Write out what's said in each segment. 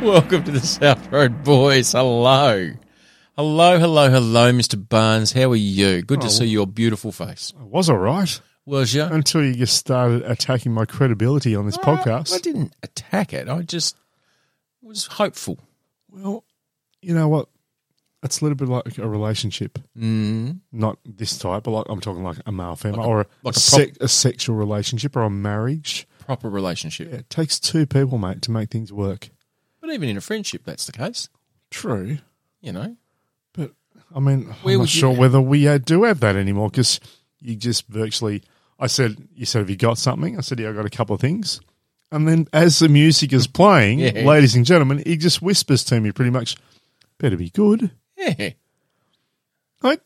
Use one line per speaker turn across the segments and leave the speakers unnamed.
Welcome to the South Road Boys. Hello. Hello, hello, hello, Mr. Barnes. How are you? Good to
Oh.
see your beautiful face.
I was all right
Was you?
until you just started attacking my credibility on this
I
podcast.
didn't attack it. I just was hopeful.
Well, you know what? It's a little bit like a relationship.
Mm.
Not this type, but like I'm talking like a male female or a,
like a
sec- a sexual relationship or a marriage.
Proper relationship.
Yeah, it takes two people, mate, to make things work.
But even in a friendship, that's the case.
True.
You know?
But I mean,
Where
I'm
would
not
you-
sure whether we uh, do have that anymore because you just virtually. I said, you said, have you got something? I said, yeah, I got a couple of things. And then as the music is playing,
Yeah.
ladies and gentlemen, he just whispers to me pretty much, better be good.
Yeah.
Like,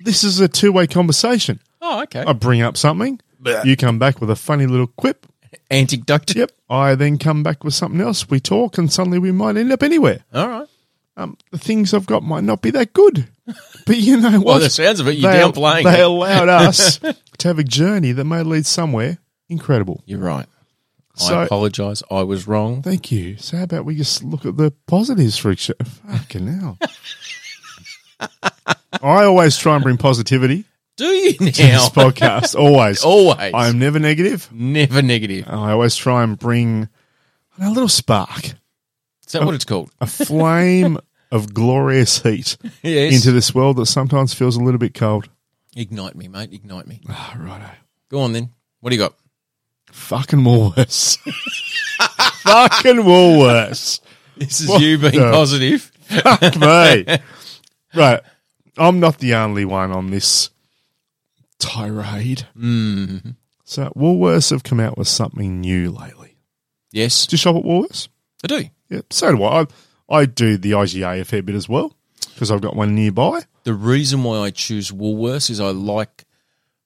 this is a two way conversation.
Oh, okay.
I bring up something,
Blech.
you come back with a funny little quip.
Antidote.
Yep. I then come back with something else. We talk, and suddenly we might end up anywhere.
All right.
Um, the things I've got might not be that good, but you know what?
Well, the sounds of it, you're downplaying
They
it.
allowed us to have a journey that may lead somewhere incredible.
You're right.
So-
I apologise. I was wrong.
Thank you. So how about we just look at the positives for each other? Fucking hell. I always try and bring positivity
Do you
to this
now?
podcast. Always.
Always.
I'm never negative.
Never negative.
I always try and bring a little spark,
Is that what it's called?
a flame of glorious heat
Yes.
into this world that sometimes feels a little bit cold.
Ignite me, mate. Ignite me.
Ah, righto.
Go on then. What do you got?
Fucking Woolworths. Fucking Woolworths.
This is
What
you being
the-
positive.
Fuck me. Right. I'm not the only one on this tirade.
Mm.
So Woolworths have come out with something new lately.
Yes,
Do you shop at Woolworths?
I do.
Yeah, so do I. I, I do the IGA a fair bit as well because I've got one nearby.
The reason why I choose Woolworths is I like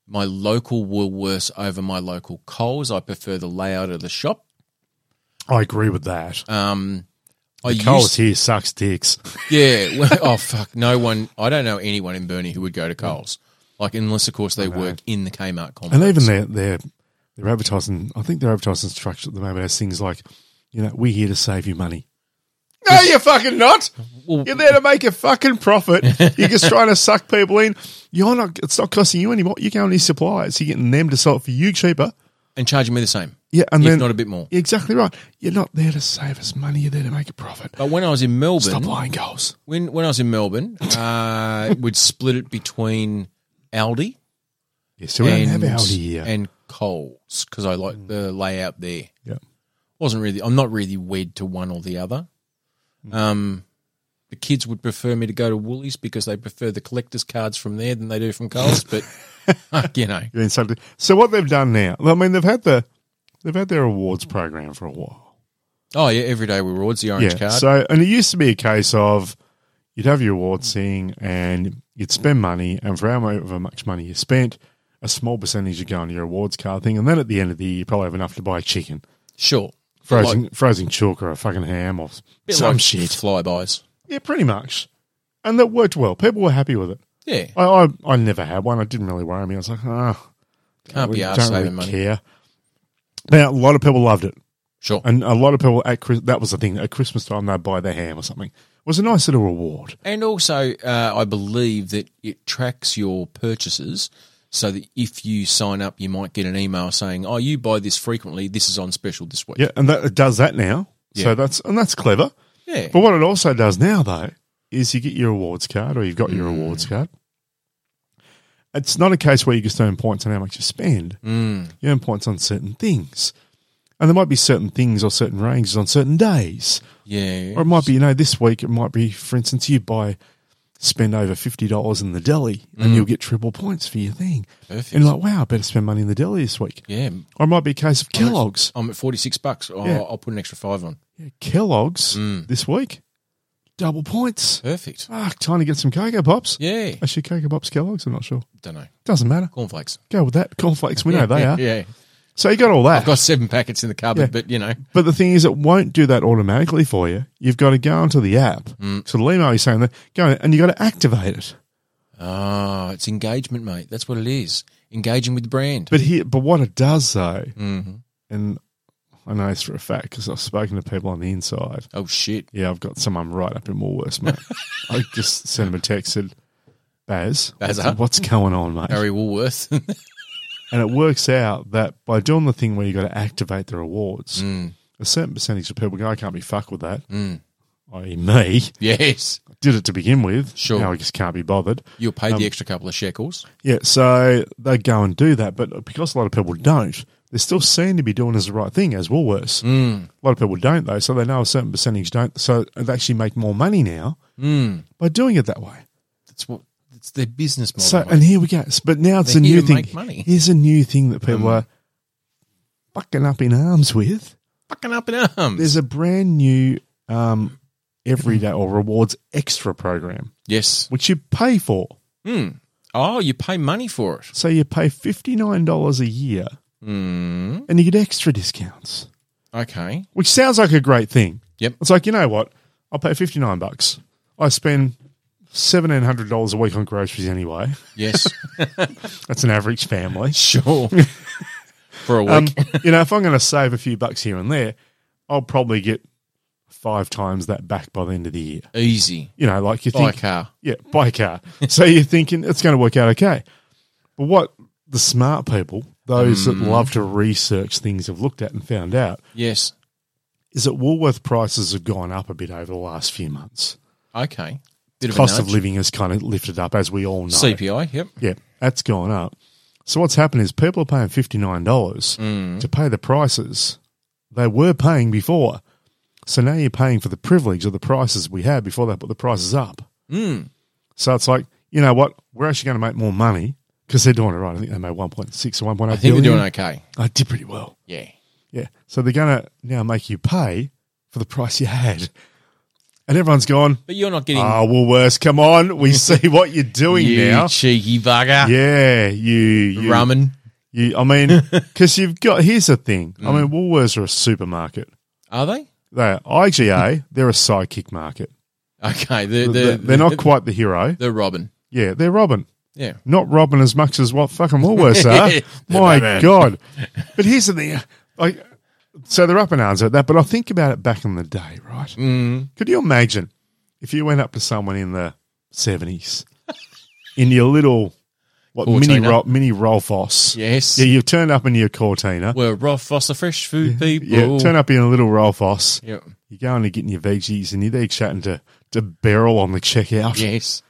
my local Woolworths over my local Coles. I prefer the layout of the shop.
I agree with that.
Um, I
The Coles
used,
here sucks dicks.
yeah. Well, oh fuck, no one. I don't know anyone in Burnie who would go to Coles, like unless of course they work in the Kmart complex.
And even their, their, their advertising, I think their advertising structure at the moment has things like, you know, we're here to save you money. No, you're fucking not.
Well-
You're there to make a fucking profit. You're just trying to suck people in. You're not. It's not costing you anymore. You're going to suppliers. You're getting them to sell it for you cheaper.
and charging me the same,
Yeah, and
if
then
not a bit more.
You're exactly right. You're not there to save us money. You're there to make a profit.
But when I was in Melbourne,
Stop lying, goals.
When when I was in Melbourne, uh, we'd split it between Aldi
Yeah, so we don't have
and
Aldi here.
and Coles because I like the layout there.
yeah.
wasn't really. I'm not really wed to one or the other.
Mm.
Um, the kids would prefer me to go to Woolies because they prefer the collector's cards from there than they do from Coles. but you know,
You're insulted. So what they've done now? I mean, they've had the they've had their awards program for a while.
oh yeah, everyday rewards, the orange card.
So, and it used to be a case of you'd have your awards thing and you'd spend money, and for however much money you spent, a small percentage would go on your awards card thing, and then at the end of the year, you probably have enough to buy chicken,
sure,
frozen frozen chook, or a fucking ham, or
Bit
some
like
shit.
flybys.
Yeah, pretty much. And that worked well. People were happy with it.
Yeah,
I I, I never had one. It didn't really worry me. I was like, ah,
can't
we
be arsed
don't
saving
really
money.
care. Now a lot of people loved it.
Sure,
And a lot of people at Chris, that was the thing at Christmas time they'd buy their ham or something. It was a nice little reward.
And also, uh, I believe that it tracks your purchases so that if you sign up, you might get an email saying, Oh, you buy this frequently. This is on special this week.
Yeah, and that it does that now.
Yeah.
So that's and that's clever.
Yeah.
But what it also does now though is you get your awards card or you've got
Mm.
your awards card. It's not a case where you just earn points on how much you spend.
Mm.
You earn points on certain things. And there might be certain things or certain ranges on certain days.
Yeah.
Or it might be, you know, this week it might be, for instance, you buy spend over fifty dollars in the deli
Mm.
and you'll get triple points for your thing.
Perfect.
And you're like, wow, I better spend money in the deli this week.
yeah.
Or it might be a case of Kellogg's.
I'm at 46 bucks. Oh,
Yeah.
I'll put an extra five on.
Yeah, Kellogg's
Mm.
this week. Double points.
Perfect.
Fuck, time to get some Cocoa Pops.
Yeah.
Actually, Cocoa Pops, Kellogg's, I'm not sure.
Don't know.
Doesn't matter.
Cornflakes.
Go with that. Cornflakes, we know they
yeah,
are.
Yeah.
So you got all that.
I've got seven packets in the cupboard,
Yeah.
but you know,
But the thing is, it won't do that automatically for you. You've got to go onto the app.
Mm.
So the email you're saying that, go on, and you've got to activate it.
ah, it's engagement, mate. That's what it is. Engaging with the brand. Mm-hmm.
But here, but what it does though, and I know this for a fact because I've spoken to people on the inside.
Oh shit!
Yeah, I've got someone right up in Woolworths, mate. I just sent him a text said, Baz,
Bazza?
what's, what's going on, mate?
Harry Woolworth.
And it works out that by doing the thing where you got to activate the rewards,
Mm.
a certain percentage of people go, I can't be fucked with that,
Mm.
i.e., me.
yes,
Did it to begin with.
Sure.
Now I just can't be bothered.
you'll pay
Um,
the extra couple of shekels.
Yeah, so they go and do that, but because a lot of people don't, they're still seen to be doing as the right thing as Woolworths.
Mm.
A lot of people don't though, so they know a certain percentage don't. So they actually make more money now
Mm.
by doing it that way.
That's what. It's their business model.
So
mate.
and here we go. But now it's
They're
a
here
new
to
thing.
make money. Mm.
Here's a new thing that people are fucking up in arms with.
fucking up in arms.
There's a brand new um, everyday or rewards extra program
yes.
which you pay for.
Mm. Oh, you pay money for it.
So you pay fifty nine dollars a year
Mm.
and you get extra discounts,
Okay.
which sounds like a great thing.
Yep.
It's like you know what? I'll pay fifty nine bucks. I spend seventeen hundred dollars a week on groceries anyway.
Yes.
That's an average family.
sure. for a week.
Um, you know, if I'm going to save a few bucks here and there, I'll probably get five times that back by the end of the year.
Easy.
You know, like you
Buy a
think,
car.
yeah, buy a car. so you're thinking it's going to work out okay. But what the smart people, those
Mm.
that love to research things, have looked at and found out
Yes.
is that Woolworth prices have gone up a bit over the last few months.
Okay. Bit of
Cost
a
of
nudge.
living has kind of lifted up, as we all know.
CPI. Yep.
Yeah, that's gone up. So what's happened is people are paying fifty nine dollars
Mm.
to pay the prices they were paying before. So now you're paying for the privilege of the prices we had before they put the prices up.
Mm.
So it's like you know what? We're actually going to make more money because they're doing it right. I think they made one point six or one point
I
eight
think
billion.
we're doing okay.
I did pretty well.
Yeah.
Yeah. So they're going to now make you pay for the price you had, and everyone's gone.
But you're not getting
Ah, Woolworths, come on! We see what you're doing
you
now.
cheeky bugger.
Yeah, you, you
Ramen.
You, I mean, because you've got. Here's the thing.
Mm.
I mean, Woolworths are a supermarket.
Are they?
They are IGA. they're a sidekick market.
Okay. They're,
They're,
they're,
they're, not quite the hero.
They're Robin.
Yeah, they're Robin.
Yeah.
Not Robin as much as what fucking Woolworths
They're
are. My
Batman.
God. But here's the thing. Like, so they're up in arms at that. But I think about it back in the day, right?
Mm.
Could you imagine if you went up to someone in the seventies in your little what mini
Cortina.
ro- mini Rolfos?
Yes.
Yeah, you've turned up in your Cortina.
We're Roth Foster Fresh Food People.
Yeah, turn up in a little Rolfos.
Yep.
You're going to getting your veggies and you're there chatting to, to Beryl on the checkout.
Yes.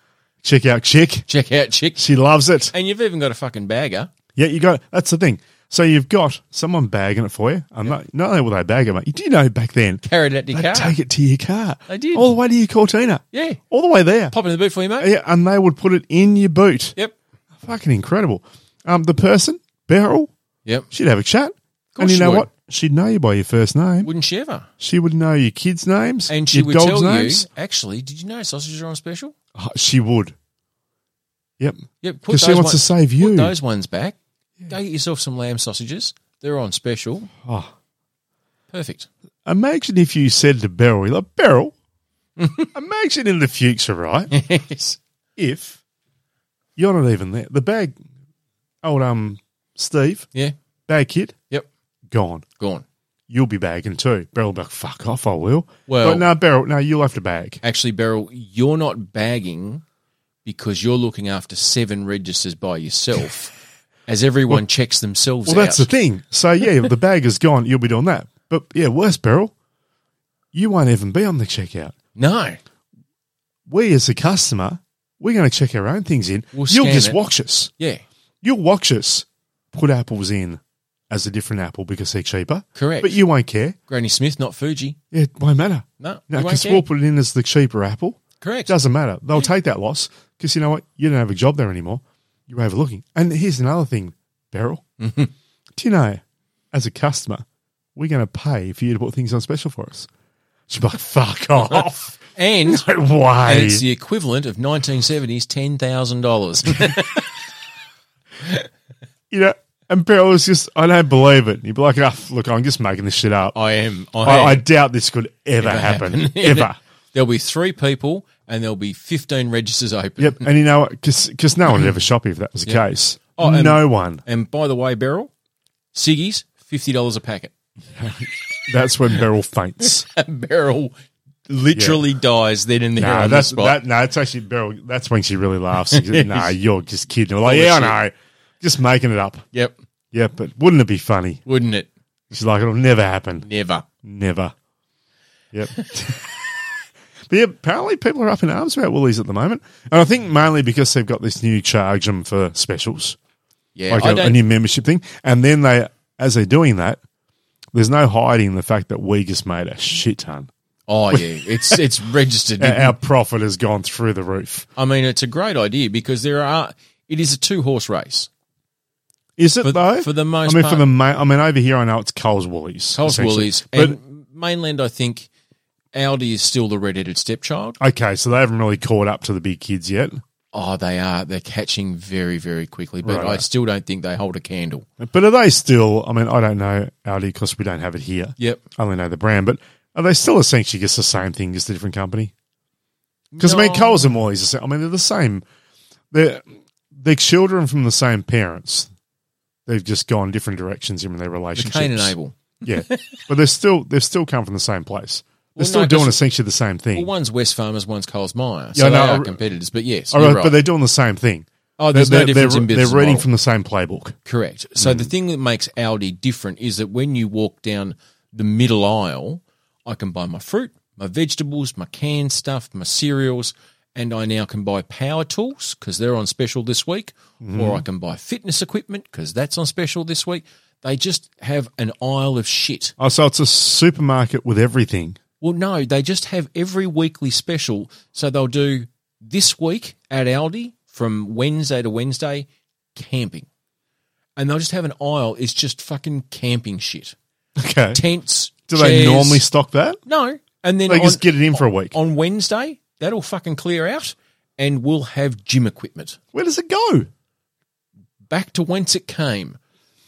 Checkout chick.
Check out Chick.
She loves it.
And you've even got a fucking bagger.
Yeah, you got that's the thing. So you've got someone bagging it for you. I'm not not only will they bag it, mate, you do know back then
Carried it out your
they'd
car.
take it to your car.
They did.
All the way to your Cortina.
Yeah.
All the way there.
Pop in the boot for you, mate.
Yeah, and they would put it in your boot.
Yep.
Fucking incredible. Um, the person, Beryl,
Yep.
she'd have a chat.
course
And you
she
know
would.
what? She'd know you by your first name.
Wouldn't she ever?
She would know your kids' names
And she
your
would
dogs'
tell
names.
you, actually, did you know sausages are on special?
Uh, she would. Yep.
Yep. put
Because she
those
wants to
one-
save
Put
you.
those ones back. Go get yourself some lamb sausages. They're on special.
Oh.
Perfect.
Imagine if you said to Beryl, like, Beryl, imagine in the future, right?
yes.
If you're not even there. The bag, old um Steve,
Yeah.
bag kid,
Yep.
gone.
Gone.
You'll be bagging too. Beryl be like, fuck off, I will.
Well-
but no, Beryl, no, you'll have to bag.
Actually, Beryl, you're not bagging because you're looking after seven registers by yourself as everyone checks themselves
Well,
out.
that's the thing. So yeah, the bag is gone. You'll be doing that. But yeah, worse, Beryl, you won't even be on the checkout.
no.
We as a customer, we're going to check our own things in.
We'll
You'll
scan
just
it.
watch us.
Yeah.
You'll watch us put apples in as a different apple because they're cheaper.
Correct.
But you won't care.
Granny Smith, not Fuji.
It won't matter.
No.
No,
you won't
because
care.
we'll put it in as the cheaper apple.
Correct.
Doesn't matter. They'll take that loss because you know what? You don't have a job there anymore. You're overlooking. And here's another thing, Beryl.
Mm-hmm.
Do you know, as a customer, we're going to pay for you to put things on special for us? She'd be like, fuck off.
And
no way.
And it's the equivalent of 1970s $10,000.
you know, and Beryl was just, I don't believe it. You'd be like, "Ah, look, I'm just making this shit up.
I am. I,
I, I
am.
doubt this could ever happen. ever.
There'll be three people and there'll be 15 registers open.
Yep. And you know what? Because no one would ever shop if that was the case.
Oh, and-
no one.
And by the way, Beryl, Siggy's, $50 a packet.
that's when Beryl faints.
Beryl literally dies then and there on
Nah,
the
that's
spot.
that. Nah, that's actually Beryl. That's when she really laughs. She goes, nah, you're just kidding. I'm like,
Full of
yeah, I
shit."
know. Just making it up.
yep,
Yeah, but wouldn't it be funny?
wouldn't it?
She's like, it'll never happen.
Never.
Never. Yep. but yeah, apparently people are up in arms about Woolies at the moment. And I think mainly because they've got this new charge them for specials,
Yeah,
like
I
a, a
don't.
new membership thing. And then they, as they're doing that, there's no hiding the fact that we just made a shit ton.
oh yeah, it's it's registered.
Our- Our profit has gone through the roof.
I mean, it's a great idea because there are. It is a two horse race.
Is it
For-
though?
for the most
I mean, for
part.
the ma- I mean, over here I know it's Coles Woolies,
Coles
essentially.
Woolies
but
and mainland. I think Audi is still the redheaded stepchild.
okay, so they haven't really caught up to the big kids yet.
Oh, they are. They're catching very very quickly, but
Right.
I still don't think they hold a candle.
But are they still? I mean, I don't know Audi because we don't have it here.
Yep.
I only know the brand, but are they still essentially just the same thing, just a different company? Because I mean,
No.
Coles and Woolies, are, sa- I mean, they're the same. They're they're children from the same parents. They've just gone different directions in their relationships.
Cain and Abel.
yeah, but they're still they've still come from the same place. They're
Well,
still
no, 'cause-
doing essentially the same thing.
Well, one's West Farmers, one's Coles Meyer.
Yeah,
So
no,
they
I
are
re-
competitors. But yes,
All
you're
right,
right.
but they're doing the same thing.
oh, there's
they're,
no difference
they're,
in
they're
business
reading
model.
from the same playbook.
Correct. So the thing that makes Aldi different is that when you walk down the middle aisle, I can buy my fruit, my vegetables, my canned stuff, my cereals, and I now can buy power tools because they're on special this week, or I can buy fitness equipment because that's on special this week. They just have an aisle of shit.
Oh, so it's a supermarket with everything.
Well, no, they just have every weekly special. So they'll do this week at Aldi from Wednesday to Wednesday camping. And they'll just have an aisle. It's just fucking camping shit.
Okay.
Tents.
Do they
chairs.
normally stock that?
No. And then
They
on,
just get it in for a week.
on Wednesday, that'll fucking clear out and we'll have gym equipment
Where does it go?
back to whence it came.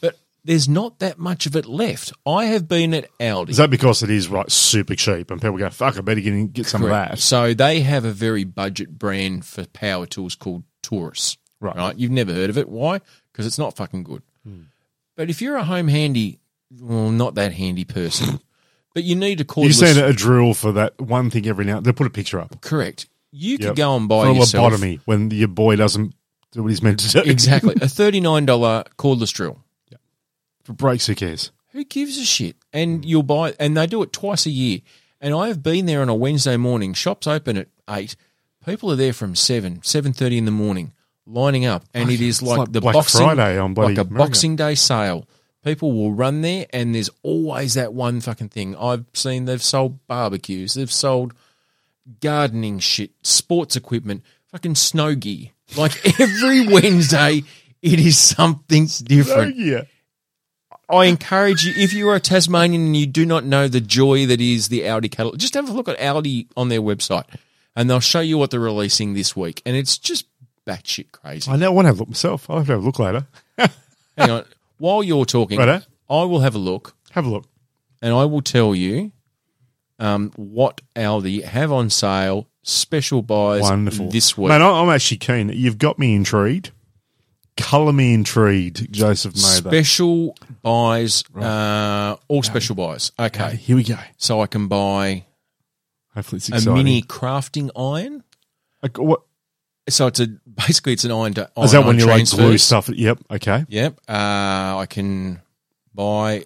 But there's not that much of it left. I have been at Aldi.
Is that because it is right super cheap and people go, fuck, I better get, in, get some
Correct.
of that?
So they have a very budget brand for power tools called Taurus.
Right. Hmm.
You've never heard of it. Why? Because it's not fucking good. But if you're a home handy, well, not that handy person, but you need a cordless.
You've seen a drill for that one thing every now They put a picture up
Correct. You
Yep.
could go and
for
buy
a
yourself
lobotomy when your boy doesn't do what he's meant to do.
exactly a thirty-nine dollar cordless drill.
For breaks, who cares?
Who gives a shit?
Mm.
And you'll buy, and they do it twice a year. And I have been there on a Wednesday morning. Shops open at eight. People are there from seven, seven thirty in the morning, lining up, and it is like,
Oh, like
the
Black
boxing
Friday on bloody
like a
America.
Boxing Day sale. People will run there, and there's always that one fucking thing. I've seen they've sold barbecues, they've sold gardening shit, sports equipment, fucking snow gear. Like every Wednesday, it is something
Oh,
different.
yeah.
I encourage you, if you are a Tasmanian and you do not know the joy that is the Audi catalog, just have a look at Audi on their website and they'll show you what they're releasing this week. And it's just batshit crazy.
I now want to have a look myself. I'll have to have a look later.
Hang on. While you're talking,
Righto.
I will have a look
Have a look.
and I will tell you um, what Audi have on sale, special buys
Wonderful.
this week.
Man, I- I'm actually keen. You've got me intrigued. Colour me intrigued, Joseph Mather.
special buys, uh, all special buys. Okay.
Here we go.
So I can buy
Hopefully it's
a
exciting.
mini crafting iron.
Like, what-
So it's a basically it's an iron. To, iron
Is that when you like
transfer.
glue stuff? Yep. Okay.
Yep. Uh, I can buy.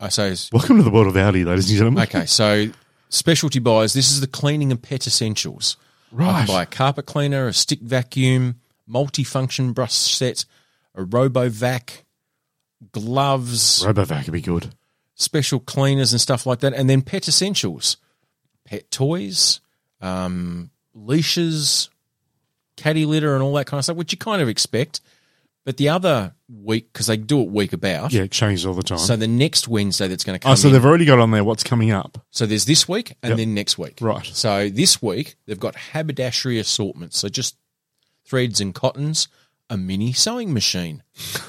I say
Welcome to the world of Audi, ladies and gentlemen.
okay. So specialty buys. This is the cleaning and pet essentials. I can buy
Right.
a carpet cleaner, a stick vacuum, multifunction brush set, a RoboVac, gloves,
Robovac would be good.
special cleaners and stuff like that, and then pet essentials, pet toys, um, leashes, caddy litter, and all that kind of stuff, which you kind of expect. But the other week, because they do it week about,
Yeah, it changes all the time.
so the next Wednesday that's going to come.
oh, so
in-
they've already got on there what's coming up.
so there's this week and then next week.
Right.
So this week they've got haberdashery assortments. So just threads and cottons, a mini sewing machine,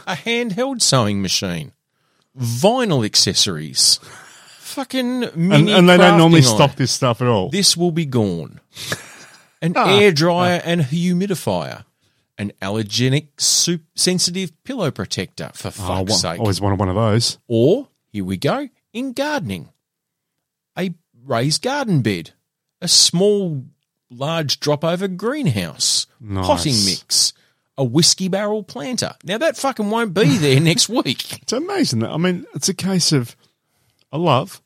a handheld sewing machine, vinyl accessories, fucking
And,
mini
and they don't
crafting
normally
iron.
stock this stuff at all.
This will be gone. An
Ah,
air dryer and humidifier. An allergenic soup sensitive pillow protector for
Oh, I
fuck's
want-
sake.
always wanted one of those.
Or here we go, in gardening a raised garden bed, a small, large drop over greenhouse,
Nice.
potting mix, a whiskey barrel planter. Now, that fucking won't be there next week.
It's amazing. That, I mean, it's a case of I love.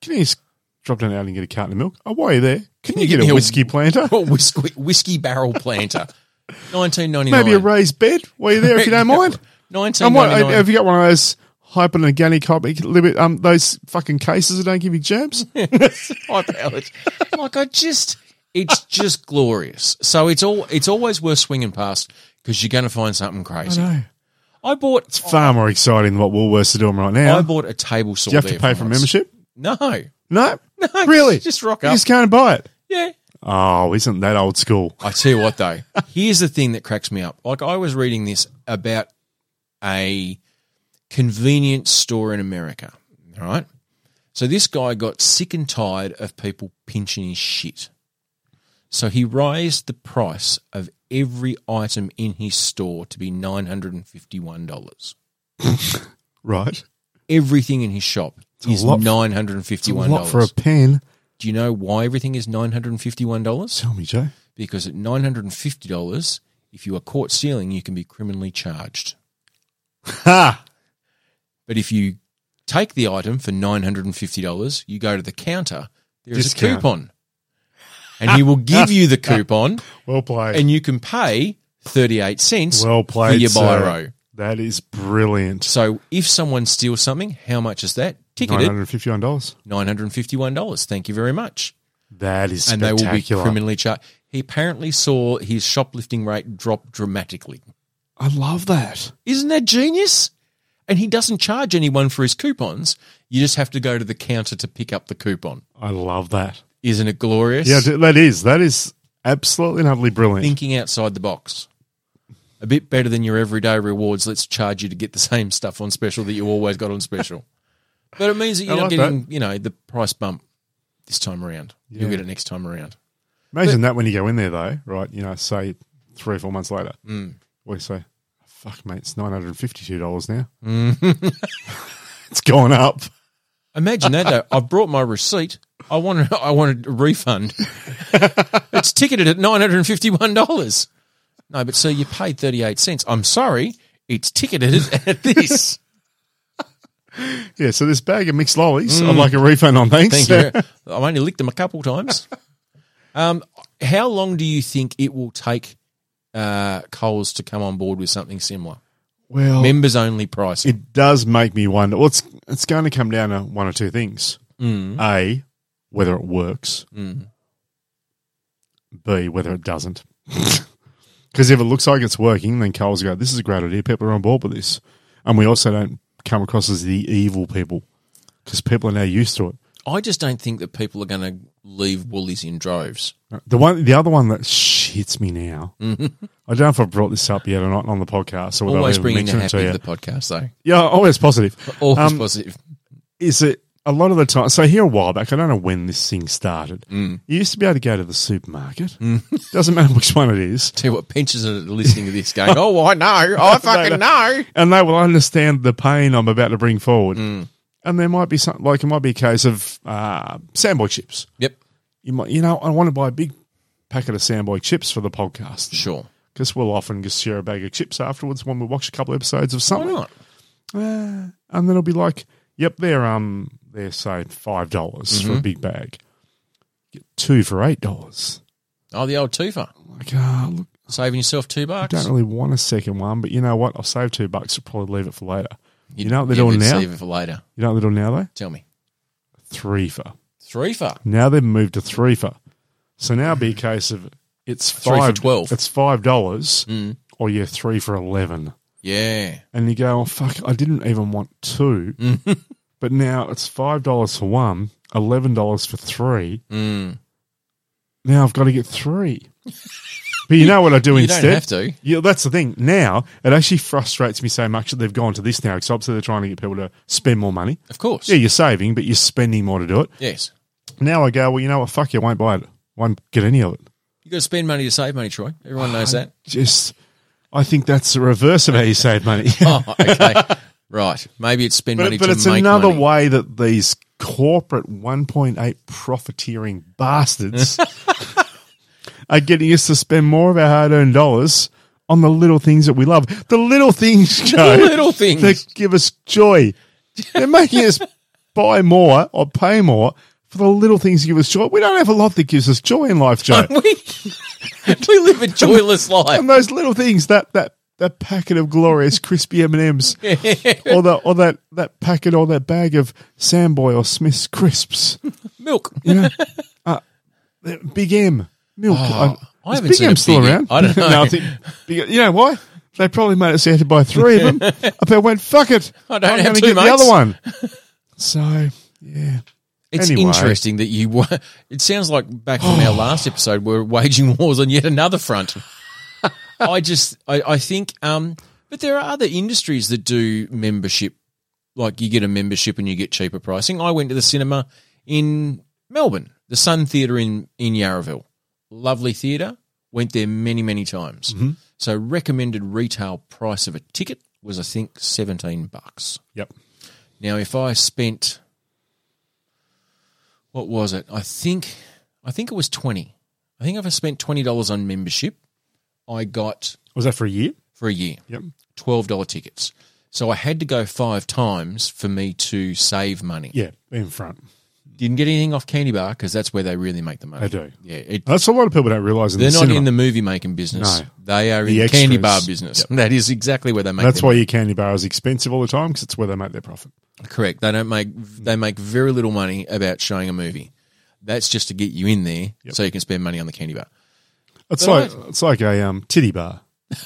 Can you just drop down out and get a carton of milk? Oh, why are you there? Can, you, get,
me
a whiskey planter?
Or whiskey, whiskey barrel planter. 1999.
Maybe a raised bed while you're there, if you don't mind. And what
1999.
have you got? One of those hyperorganic, hyper, little bit, um, those fucking cases that don't give you germs.
high powered. Oh, like I just, it's just glorious. So it's all, it's always worth swinging past because you're going to find something crazy. I,
know.
bought,
Far more exciting than what Woolworths are doing right now.
I
Do
bought a table saw.
you have to
there
pay for
once.
membership?
No,
No,
no,
really.
just rock
You
up.
just can't buy it.
yeah.
Oh, isn't that old school?
I tell you what though, here's the thing that cracks me up. Like I was reading this about a convenience store in America. All right. So this guy got sick and tired of people pinching his shit. So he raised the price of every item in his store to be $951.
Right.
Everything in his shop
a
is
lot- It's a
$951.
lot for a pen.
Do you know why everything is $951?
Tell me, Joe.
because at nine hundred and fifty dollars, if you are caught stealing, you can be criminally charged.
Ha!
But if you take the item for nine hundred and fifty dollars, you go to the counter. There is a
Discount.
coupon, and he will give you the coupon,
Well played.
and you can pay thirty-eight cents
Well played,
for your
sir.
biro.
That is brilliant.
So if someone steals something, how much is that?
Nine
Ticketed
hundred fifty-one dollars.
nine hundred and fifty-one dollars. Thank you very much.
That is
And they will be
spectacular.
criminally charged. He apparently saw his shoplifting rate drop dramatically.
I love that.
Isn't that genius? And he doesn't charge anyone for his coupons. You just have to go to the counter to pick up the coupon.
I love that.
Isn't it glorious?
Yeah, th- that is that is absolutely and utterly brilliant.
Thinking outside the box. A bit better than your everyday rewards. Let's charge you to get the same stuff on special that you always got on special. but it means that you're
I
not
like
getting, you know, the price bump this time around. You'll get it next time around.
Imagine that when you go in there though, right? You know, say three or four months later,
Mm.
what do you say? Fuck, mate, it's nine hundred fifty-two dollars now.
Mm.
it's gone up.
Imagine that though. I brought my receipt. I wanted I wanted a refund. it's ticketed at nine hundred and fifty one dollars. No, but sir, you paid thirty eight cents. I'm sorry, it's ticketed at this.
Yeah, so this bag of mixed lollies, I'd like a refund on thanks.
Mm. Thank you. I've only licked them a couple times. Um, how long do you think it will take uh, Coles to come on board with something similar?
Well,
Members only pricing.
it does make me wonder. Well, it's it's going to come down to one or two things.
Mm. Hmm?
A, whether it works. B, whether it doesn't. Because if it looks like it's working, then Coles go, "This is a great idea. People are on board with this," and we also don't come across as the evil people because people are now used to it.
I just don't think that people are going to leave Woolies in droves.
The one, the other one that shits me now. I don't know if I've brought this up yet or not on the podcast. So whether
Mm-hmm. Always
I've even
bringing the
mentioned it
happy
to
to
you.
the podcast, though.
yeah, always positive.
Always
Um,
positive.
is it a lot of the time? So here a while back, I don't know when this thing started.
Mm.
You used to be able to go to the supermarket. Doesn't matter which one it is,
Tell you what, pensions are listening to this going, oh, I know. I fucking know.
and they will understand the pain I'm about to bring forward.
Mm.
And there might be some, like it might be a case of uh, Sandboy chips.
Yep,
You might, you know, I want to buy a big packet of Sandboy chips for the podcast
sure.
because we'll often just share a bag of chips afterwards when we watch a couple episodes of
Why
something.
not?
Uh, and then it'll be like, yep, they're um they're say five dollars for a big bag. Get two for eight dollars.
Oh, the old twofer.
Like, ah, look,
Saving yourself two
I don't
bucks.
really want a second one, but you know what? I'll save two bucks. I'll probably leave it for later. You, know what they're
Yeah,
doing
let's
now?
Save it for later.
You know what they're doing now though?
Tell me.
Three for.
Threefer.
Now they've moved to three for. So now it'll be a case of it's
for
five
12.
It's five dollars, or yeah, three for eleven.
Yeah.
and you go, oh, fuck, I didn't even want two. but now it's $5 for one, $11 for three.
Mm.
Now I've got to get three. but you know what I do
You
instead?
don't have to.
Yeah, that's the thing. Now it actually frustrates me so much that they've gone to this now because obviously they're trying to get people to spend more money.
Of course.
Yeah, you're saving, but you're spending more to do it.
Yes.
Now I go, well, you know what? Fuck you, I won't buy it. won't get any of it.
you got to spend money to save money, Troy. Everyone knows that.
Just, I think that's the reverse of how you save money.
Oh, okay. Right. Maybe it's spend money
But, but
to
it's
make
another
money.
way that these corporate 1.8 profiteering bastards are getting us to spend more of our hard earned dollars on the little things that we love. The little things, Joe.
little things.
That give us joy. They're making us buy more or pay more for the little things that give us joy. We don't have a lot that gives us joy in life, Joe.
we, we live a joyless life.
and those little things that that that packet of glorious crispy M and M's, or the or that that packet or that bag of Samboy or Smith's crisps,
Milk.
The Big M milk.
Oh, I
is
haven't seen a Big M. I don't know.
no, I think Big- you know why. They probably made us have to buy three of them. but they went, fuck it.
I don't
I'm
have
gonna
two,
get the
mates.
other one. So, yeah.
It's
Anyway.
interesting that you. wa- It sounds like back from our last episode, we're waging wars on yet another front. I just, I, I think, um, but there are other industries that do membership. Like you get a membership and you get cheaper pricing. I went to the cinema in Melbourne, the Sun Theatre in in Yarraville. Lovely theatre. Went there many many times. So recommended retail price of a ticket was I think seventeen bucks.
Yep.
Now, if I spent, what was it? I think, I think it was twenty. I think if I spent twenty dollars on membership, I got
Was that for a year?
for a year
Yep.
twelve dollar tickets. So I had to go five times for me to save money.
Yeah, in front.
Didn't get anything off Candy Bar because that's where they really make the money.
They do.
Yeah, it,
That's a lot of people don't realise in
they're
the
not
cinema.
in the movie making business.
No.
They are in
The
the candy
extras.
bar business. That is exactly where they make.
That's
their
why your candy bar is expensive all the time because it's where they make their profit.
Correct. They don't make they make very little money about showing a movie. That's just to get you in there so you can spend money on the candy bar.
It's
They're
like it's like a um, titty bar.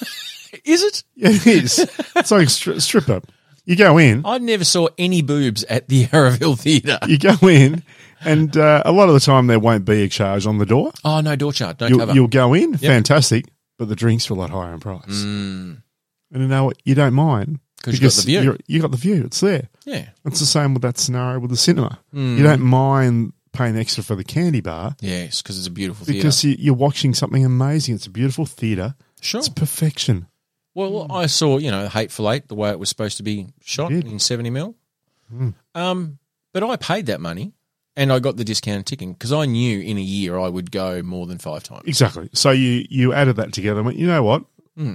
Is it?
Yeah, it is. it's like a stri- stripper. You go in,
I never saw any boobs at the Arrowville Theatre.
you go in, and uh, a lot of the time there won't be a charge on the door.
Oh no, door chart, don't
You'll,
cover.
you'll go in, fantastic, but the drinks are a lot higher in price. And you know what? You don't mind
Mm. 'Cause you've got the view.
you're- you got the view. It's there.
yeah,
It's the same with that scenario with the cinema.
Mm.
You don't mind paying extra for the candy bar
yes, because it's a beautiful theatre.
because you, you're watching something amazing. It's a beautiful theatre.
Sure.
It's perfection.
Well, I saw you know Hateful Eight the way it was supposed to be shot
You did. Hmm.
in seventy mil. Um, but I paid that money and I got the discount ticking because I knew in a year I would go more than five times.
Exactly. So you you added that together and went, you know what?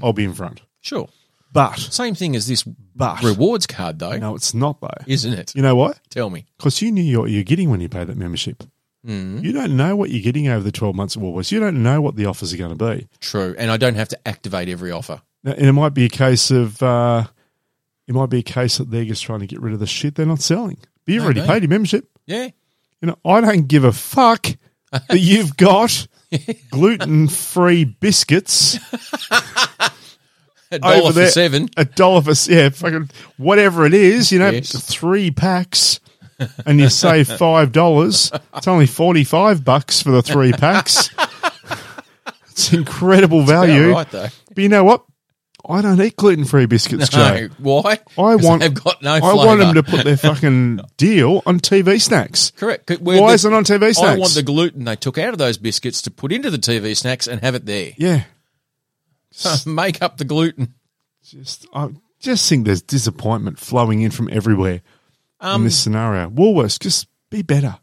I'll be in front.
Sure.
Hmm. But
Same thing as this
but
rewards card though,
no, it's not though.
isn't it?
You know why?
Tell me.
Because you knew what you're getting when you pay that membership.
Mm,
You don't know what you're getting over the twelve months at Woolworths. You don't know what the offers are going to be,
true. And I don't have to activate every offer.
Now, and it might be a case of uh, it might be a case that they're just trying to get rid of the shit they're not selling. But you've already
Maybe.
paid your membership.
Yeah.
You know, I don't give a fuck that you've got gluten free biscuits.
A dollar for
there.
seven.
a dollar for yeah, fucking whatever it is, you know,
Yes.
three packs, and you save five dollars. It's only forty five bucks for the three packs. it's incredible value.
All right, though.
But you know what? I don't eat gluten free biscuits, Joe.
No. Why?
I want.
They've got no
I
flavor.
want them to put their fucking deal on TV snacks.
Correct.
Why is it on TV snacks?
I want the gluten they took out of those biscuits to put into the TV snacks and have it there.
yeah.
Make up the gluten.
Just I just think there's disappointment flowing in from everywhere
Um,
in this scenario. Woolworths, just be better.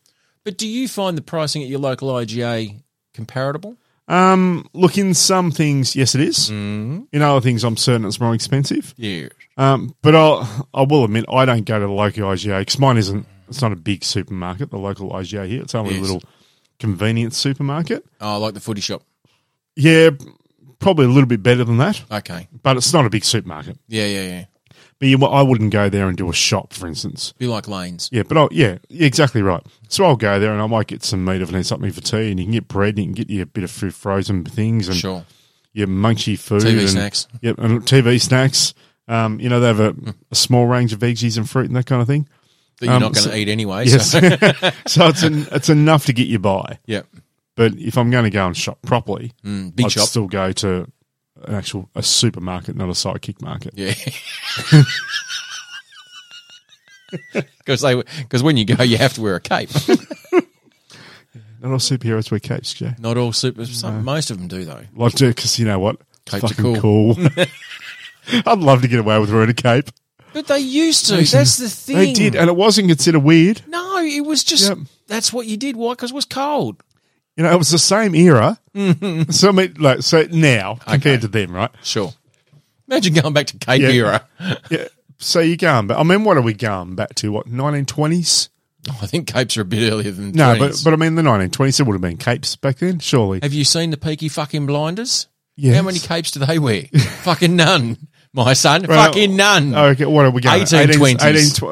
But do you find the pricing at your local IGA comparable?
Um, look, in some things, yes, it is. In other things, I'm certain it's more expensive.
Yeah.
Um, but I'll, I will admit, I don't go to the local IGA because mine isn't. It's not a big supermarket. The local IGA here, it's only
Yes.
a little convenience supermarket.
Oh, like the footy shop.
Yeah, probably a little bit better than that,
Okay.
but it's not a big supermarket.
Yeah, yeah, yeah.
But you, I wouldn't go there and do a shop, for instance.
Be like lanes.
Yeah, but I'll, yeah, exactly right. So I'll go there and I might get some meat if I need something for tea, and you can get bread, and you can get you a bit of fr- frozen things, and
Sure.
your munchy food,
TV
and,
snacks. Hmm.
Yep, and TV snacks. Um, you know they have a, a small range of veggies and fruit and that kind of thing.
That you're
Um,
not going to
so-
eat anyway.
Yes,
So.
so it's en- it's enough to get you by.
Yeah.
But if I'm going to go and shop properly,
Mm, big
I'd
shop.
still go to an actual a supermarket, not a sidekick market.
Yeah. Because they, because when you go, you have to wear a cape.
Not all superheroes wear capes, Jay.
Not all super. Some, Most of them do though.
Well, I do because you know what? It's
Capes are
Fucking cool. I'd love to get away with wearing a cape.
But they used to. That's the thing.
They did, and it wasn't considered weird.
No, it was just
Yep.
that's what you did. Why? Because it was cold.
You know, it was the same era. so I mean, like, so now compared to them, right?
Sure. Imagine going back to Cape
Yeah.
era.
Yeah. So you're going, but I mean, what are we going back to? What 1920s?
Oh, I think capes are a bit earlier than
No,
20s.
but but I mean, the 1920s it would have been capes back then, surely.
Have you seen the Peaky fucking blinders?
Yes.
How many capes do they wear? fucking none, my son.
Well, oh.
fucking none.
Okay, what are we going?
1820s.
18,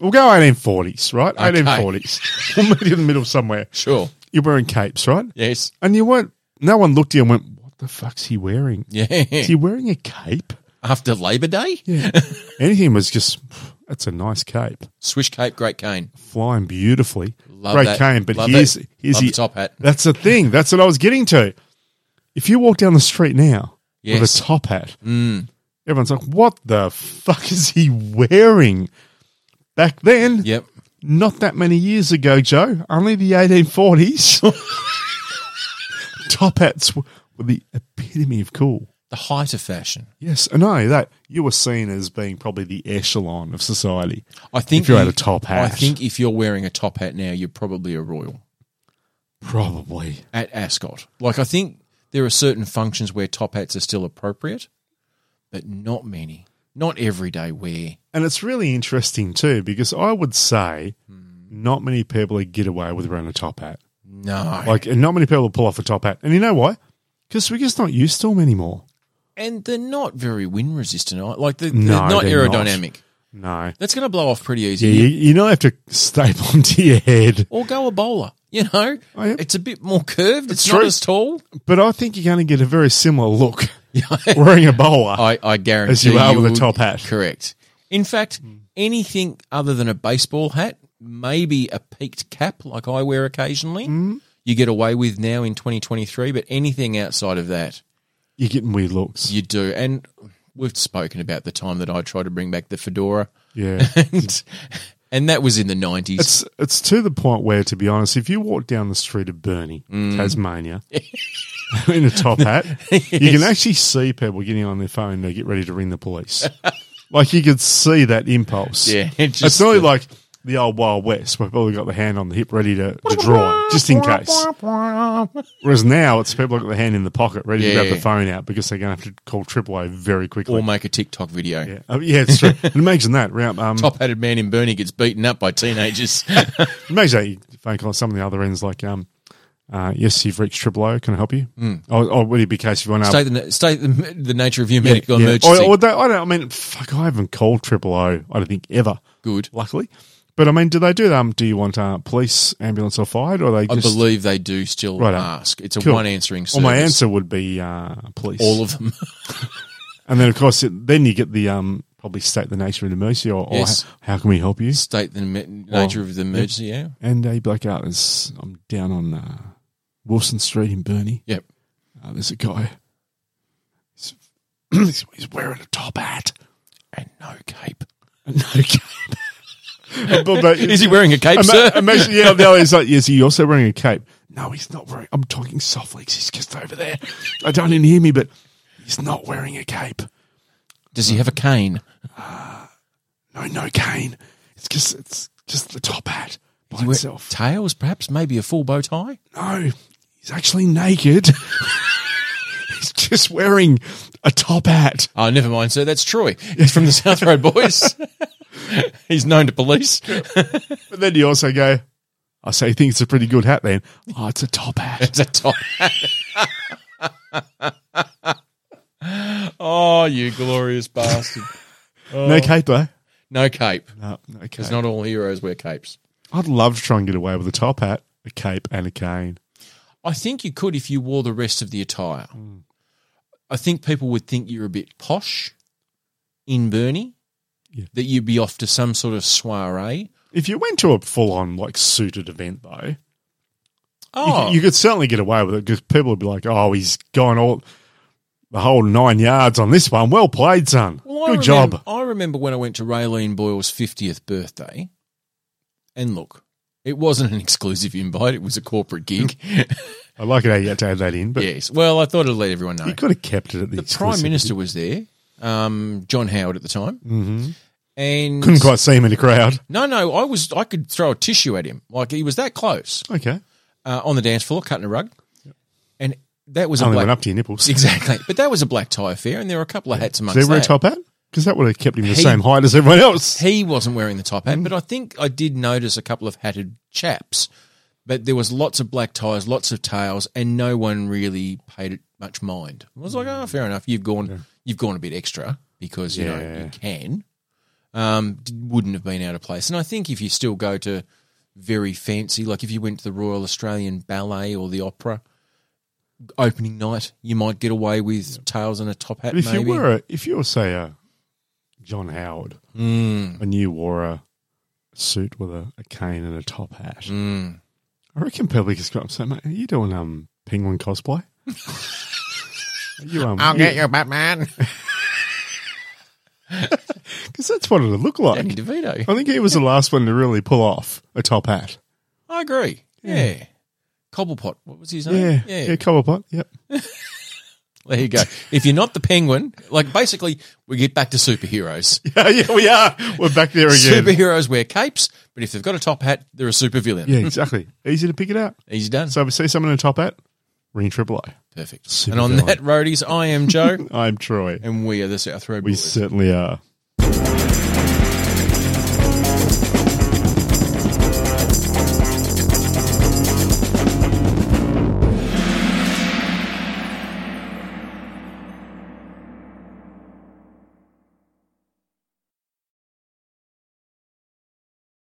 we'll go 1840s, right? 1840s. we'll meet in the middle somewhere.
Sure.
You're wearing capes, right?
Yes.
And you weren't. No one looked at you and went, "What the fuck's he wearing?
Yeah.
Is he wearing a cape?"
After Labor Day,
Yeah. Anything was just, that's a nice cape,
swish cape, great cane.
flying beautifully.
Love
Great
that.
cane, but
Love
here's
that.
here's
Love
the,
the top hat.
That's the thing. That's what I was getting to. If you walk down the street now with
Yes.
a top hat, everyone's like, "What the fuck is he wearing?" Back then,
Yep.
not that many years ago, Joe, only the 1840s. top hats were were the epitome of cool.
The height of fashion.
Yes, and not only that, you were seen as being probably the echelon of society.
I think
If you're
you-
at a top
I
hat.
think if you're wearing a top hat now, you're probably a royal
Probably.
at Ascot. Like I think there are certain functions where top hats are still appropriate, but not many. Not everyday wear.
And it's really interesting too, because I would say not many people get away with wearing a top hat.
No.
Like, and not many people pull off a top hat. And you know why? Because we're just not used to them anymore.
and they're not very wind resistant. are- Like they're,
No,
they're not
they're not.
aerodynamic.
No.
That's going to blow off pretty easy.
Yeah, you, you don't have to staple them to your head.
Or go a bowler. You know,
Oh, yeah.
it's a bit more curved. It's,
It's
not
true.
as tall.
But I think you're going to get a very similar look wearing a bowler.
I, I guarantee
As you are with a
will-
top hat.
Correct. In fact, anything other than a baseball hat, maybe a peaked cap like I wear occasionally,
Mm.
you get away with now in 2023. But anything outside of that,
You're getting weird looks.
you do. And we've spoken about the time that I tried to bring back the fedora,
Yeah.
and and that was in the 90s.
It's it's to the point where, to be honest, if you walk down the street of Burnie,
Mm.
Tasmania, in a top hat, you can actually see people getting on their phone to get ready to ring the police. like you could see that impulse.
yeah, just
it's not
the-
like the old Wild West where people got the hand on the hip ready to, to draw, just in case. Whereas now it's people got the hand in the pocket ready to
Yeah.
grab the phone out because they're going to have to call AAA very quickly.
or make a TikTok video.
yeah. Oh, yeah, it's true. and imagine that. round- Um,
Top hatted man in Burnie gets beaten up by teenagers.
Imagine that you phone call some of the other ends like, um, uh, yes, you've reached triple O. Can I help you?
Hmm.
Or, or would it be a case if you want
state the state the, the nature of your medical
Or,
emergency.
or they, I don't. I mean, fuck. I haven't called triple O. I don't think ever.
Good.
Luckily, but I mean, do they do um? Do you want uh, police, ambulance, or fire? Or they
I
just?
believe they do still
Right on.
ask. It's a
Cool.
one answering service.
Well, my answer would be uh, police.
All of them.
and then of course, it, then you get the um. Probably state the nature of the emergency, or, or
Yes.
how, how can we help you?
state the me-
Oh.
nature of the emergency. Yeah.
And uh, you'd be like, oh, there's- I'm down on uh, Wilson Street in Burnie.
Yep.
Uh, there's a guy. He's, he's- he's wearing a top hat.
And no cape.
No cape. but, but,
Is he wearing a cape,
Ima-
sir?
imagine- yeah, no, he's like, yes, he also wearing a cape. No, he's not wearing. I'm talking softly 'cause he's just over there. I don't even hear me, but he's not wearing a cape.
Does he have a cane?
No, no cane. It's just, it's just the top hat by
Wear-
itself.
Tails, perhaps? Maybe a full bow tie?
No, he's actually naked. he's just wearing a top hat.
Oh, never mind, sir. That's Troy. He's from the South Road Boys. He's known to police.
But then you also go, I say, you think it's a pretty good hat then. Oh, it's a top hat.
It's a top oh, you glorious bastard.
No cape though.
No cape.
No, no cape.
Because not all heroes wear capes.
I'd love to try and get away with a top hat, a cape, and a cane.
I think you could if you wore the rest of the attire. I think people would think you're a bit posh in Burnie,
Yeah.
that you'd be off to some sort of soiree.
If you went to a full on like suited event though,
Oh,
you, you could certainly get away with it because people would be like, "Oh, he's gone all the whole nine yards on this one. Well played, son.
well, I
good
remem-
job."
I remember when I went to Raylene Boyle's 50th birthday. And look, it wasn't an exclusive invite, it was a corporate gig.
I like it how you had to add that in, but
yes. Well, I thought I'd let everyone know.
you could have kept it at the,
the prime minister was there, um, John Howard at the time,
Mm-hmm.
and
Couldn't quite see him in the crowd.
no, no, I was I could throw a tissue at him like he was that close
Okay.
uh, on the dance floor cutting a rug, and that was a
Only
black
went up to your nipples.
exactly, but that was a black tie affair, and there were a couple of hats amongst
Did he wear a
that.
top hat? Because that would have kept him the
He-
same height as everyone else.
he wasn't wearing the top
Hmm.
hat, but I think I did notice a couple of hatted chaps. But there was lots of black ties, lots of tails, and no one really paid it much mind. I was like,
Hmm.
oh, fair enough. You've gone, you've gone a bit extra because you know
Yeah.
you can. Um, d- wouldn't have been out of place. And I think if you still go to very fancy, like if you went to the Royal Australian Ballet or the Opera opening night, you might get away with tails and a top hat.
But if
maybe.
you were, a, if you were, say, a John Howard,
Mm,
and you wore a suit with a, a cane and a top hat,
mm.
I reckon Pebbly could come up and say, mate, are you doing um, penguin cosplay? Are you, um,
you, Batman.
Because that's what it would look like.
Danny DeVito.
I think he was the last one to really pull off a top hat.
I agree. Yeah. Cobblepot. What was his
Yeah.
name?
Yeah, Cobblepot. Yep.
There you go. If you're not the penguin, like basically, we get back to superheroes.
Yeah, yeah, we are. We're back there again.
Superheroes wear capes, but if they've got a top hat, they're a supervillain.
yeah, exactly. Easy to pick it out.
Easy done.
So if we see someone in a top hat, ring triple O.
Perfect.
Supervillain.
And on that, roadies, I am Joe,
I'm Troy.
and we are the South Road
We
Boys.
certainly are.